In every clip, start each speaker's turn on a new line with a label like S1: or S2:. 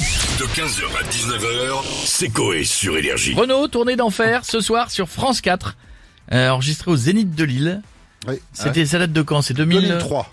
S1: De 15h à 19h, c'est Coé sur Énergie.
S2: Renault, tournée d'enfer, ce soir sur France 4, euh, enregistré au Zénith de Lille.
S3: Oui.
S4: Ah
S2: C'était, ça date de quand C'est euh, 2000...
S3: 2003.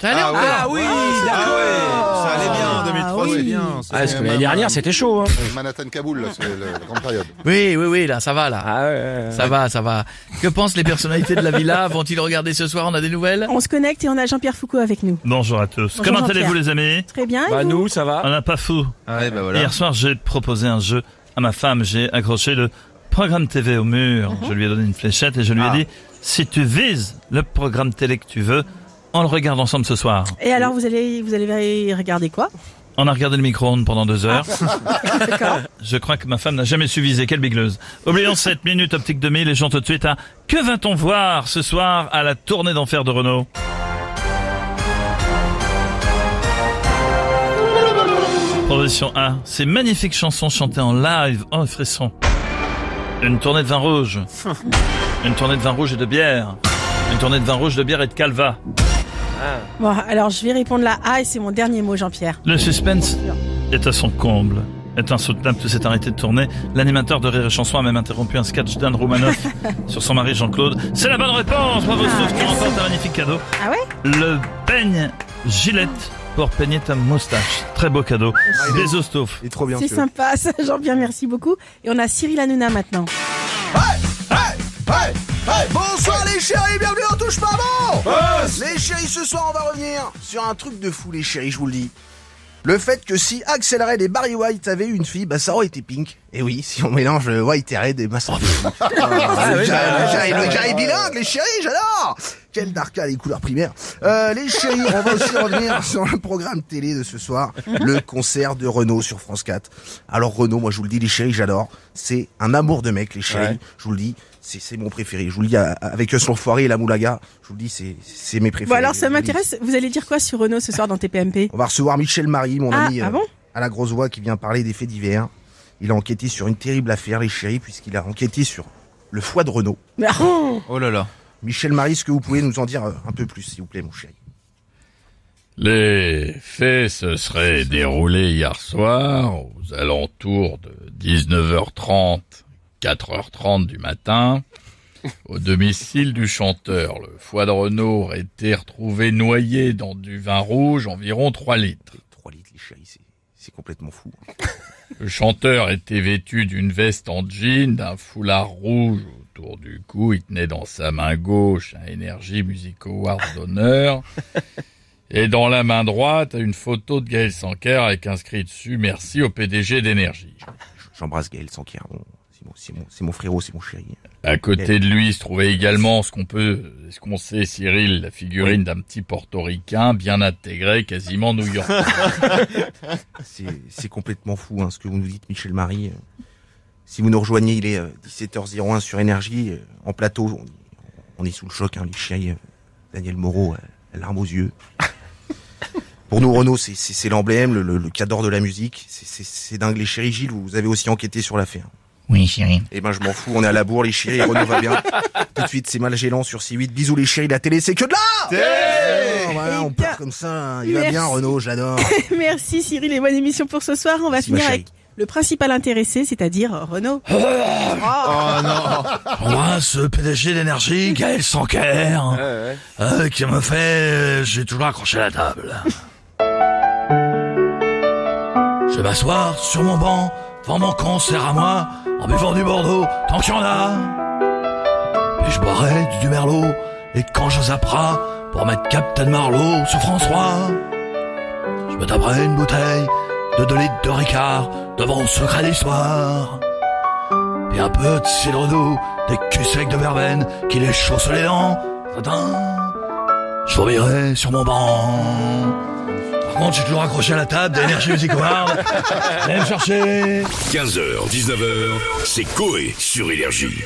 S2: Ça allait encore
S3: Ah
S4: oui, d'accord.
S3: Ça allait bien, 2003, c'est bien.
S4: Ah, parce que l'année dernière, c'était chaud. Hein.
S3: Manhattan-Kaboul, là, c'est le- la grande période.
S2: Oui, oui, oui, là, ça va, là.
S4: Ah ouais.
S2: Ça va, ça va. Que pensent les personnalités de la villa Vont-ils regarder ce soir On a des nouvelles
S5: On se connecte et on a Jean-Pierre Foucault avec nous.
S6: Bonjour à tous.
S5: Bonjour,
S6: Comment allez-vous
S5: Jean-Pierre.
S6: les amis
S5: Très bien. et
S4: Bah
S5: vous
S4: nous, ça va.
S6: On n'a pas fou.
S4: Ah bah
S6: Hier soir, j'ai proposé un jeu à ma femme. J'ai accroché le programme TV au mur.
S4: Mhm.
S6: Je lui ai donné une fléchette et je lui
S4: Ah.
S6: ai dit si tu vises le programme télé que tu veux, on le regarde ensemble ce soir.
S5: Et alors, vous allez, vous allez regarder quoi
S6: On a regardé le micro-ondes pendant deux heures. je crois que ma femme n'a jamais su viser. Quelle bigleuse. Oublions cette minute optique 2000 et j'en tout de suite à Que va-t-on voir ce soir à la tournée d'enfer de Renault Proposition A. Ces magnifiques chansons chantées en live. Oh, frisson. Une tournée de vin rouge. Une tournée de vin rouge et de bière. Une tournée de vin rouge, de bière et de calva.
S5: Bon, alors je vais répondre la A et c'est mon dernier mot, Jean-Pierre.
S6: Le suspense est à son comble. Est insoutenable tout s'est arrêté de tourner. L'animateur de Rire et Chanson a même interrompu un sketch d'Anne Romanoff sur son mari Jean-Claude. C'est la bonne réponse Bravo
S5: Ah,
S6: Stouff, tu
S5: merci.
S6: remportes un magnifique cadeau.
S5: Ah ouais
S6: Le peigne Gillette pour peigner ta moustache. Très beau cadeau. Des Stouff.
S3: Il est trop bien,
S5: C'est sympa, ça, Jean-Pierre, merci beaucoup. Et on a Cyril Hanouna maintenant.
S7: Hey, hey, bonsoir les chéris, bienvenue en touche pas bon Les chéris, ce soir on va revenir sur un truc de fou les chéris, je vous le dis. Le fait que si Axel Red et Barry White avaient eu une fille, bah ça aurait été Pink. Et oui, si on mélange euh, White et Red et bah ça aurait été Pink. Ah, le Jerry- Jerry- le Jerry bilingue, les chéris, j'adore Quel darka les couleurs primaires. Euh, les chéris, on va aussi revenir sur le programme télé de ce soir, le concert de Renault sur France 4. Alors Renault, moi je vous le dis les chéris, j'adore. C'est un amour de mec les chéris, je vous le dis. C'est c'est mon préféré. Je vous le dis à- avec son foiré et la moulaga. Je vous le dis, c'est c'est mes préférés.
S5: Bon, alors
S7: Je
S5: ça
S7: vous le dis.
S5: m'intéresse, vous allez dire quoi sur Renault ce soir dans TPMP
S7: On va recevoir Michel Marie, mon
S5: Ah,
S7: ami
S5: ah
S7: euh,
S5: bon
S7: à la grosse voix qui vient parler des faits divers. Il a enquêté sur une terrible affaire, les chéris, puisqu'il a enquêté sur le foie de Renault.
S5: Mais, oh,
S7: Michel Marie, est-ce que vous pouvez nous en dire euh, un peu plus, s'il vous plaît, mon chéri
S8: Les faits se seraient déroulés hier soir aux alentours de 19h30, 4h30 du matin. Au domicile du chanteur, le foie de Renault aurait été retrouvé noyé dans du vin rouge, environ 3 litres.
S7: 3 litres, les chéris, c'est- c'est complètement fou.
S8: Le chanteur était vêtu d'une veste en jean, d'un foulard rouge autour du cou. Il tenait dans sa main gauche un Energy Music Award d'honneur. Et dans la main droite, une photo de Gaël Sanker avec inscrit dessus Merci au PDG d'Énergie.
S7: J'embrasse Gaël Sanquier, bon, c'est mon, c'est mon, c'est mon frérot, c'est mon chéri.
S8: À côté de lui se trouvait également ce qu'on peut, ce qu'on sait, Cyril, la figurine d'un petit portoricain bien intégré, quasiment nouillant.
S7: C'est c'est complètement fou, hein, ce que vous nous dites, Michel Marie. Si vous nous rejoignez, il est euh, 17h01 sur Énergie, euh, en plateau. On, on est sous le choc, hein, les chéris. euh, Daniel Moreau, euh, larmes aux yeux. Pour nous, Renault, c'est- c'est c'est l'emblème, le, le, le cador de la musique. C'est- C'est c'est dingue, les chéris. Gilles, vous avez aussi enquêté sur l'affaire.
S2: Oui, chérie.
S7: Eh ben, je m'en fous, on est à la bourre, les chéris, Renault va bien. Tout de suite, c'est Malgélan sur C8. Bisous, les chéris, la télé, c'est que de là Oh, voilà, On part comme ça, hein. il va bien,
S5: Eh Merci.
S7: Renault, j'adore.
S5: Merci Cyril et bonne émission pour ce soir. On va
S7: Merci, ma
S5: finir
S7: chérie.
S5: avec le principal intéressé, c'est-à-dire Renault. Oh,
S2: Moi, ce PDG d'énergie, Gaël Sanquer, euh, qui me fait... euh, J'ai toujours accroché la table. Je vais m'asseoir sur mon banc, devant mon concert à moi, en buvant du Bordeaux, tant qu'il y en a. Puis je boirai du, du Merlot, et quand je zappera, pour mettre Captain Marlowe sur François, je me taperai une bouteille de 2 litres de Ricard devant le secret d'histoire. Puis un peu de cidre doux, des culs secs de verveine qui les chaussent les dents. Tatin, Je revirai sur mon banc. Par contre, j'ai toujours accroché à la table d'énergie Music Award. Allez me chercher.
S1: 15h, 19h, c'est Coé sur Énergie.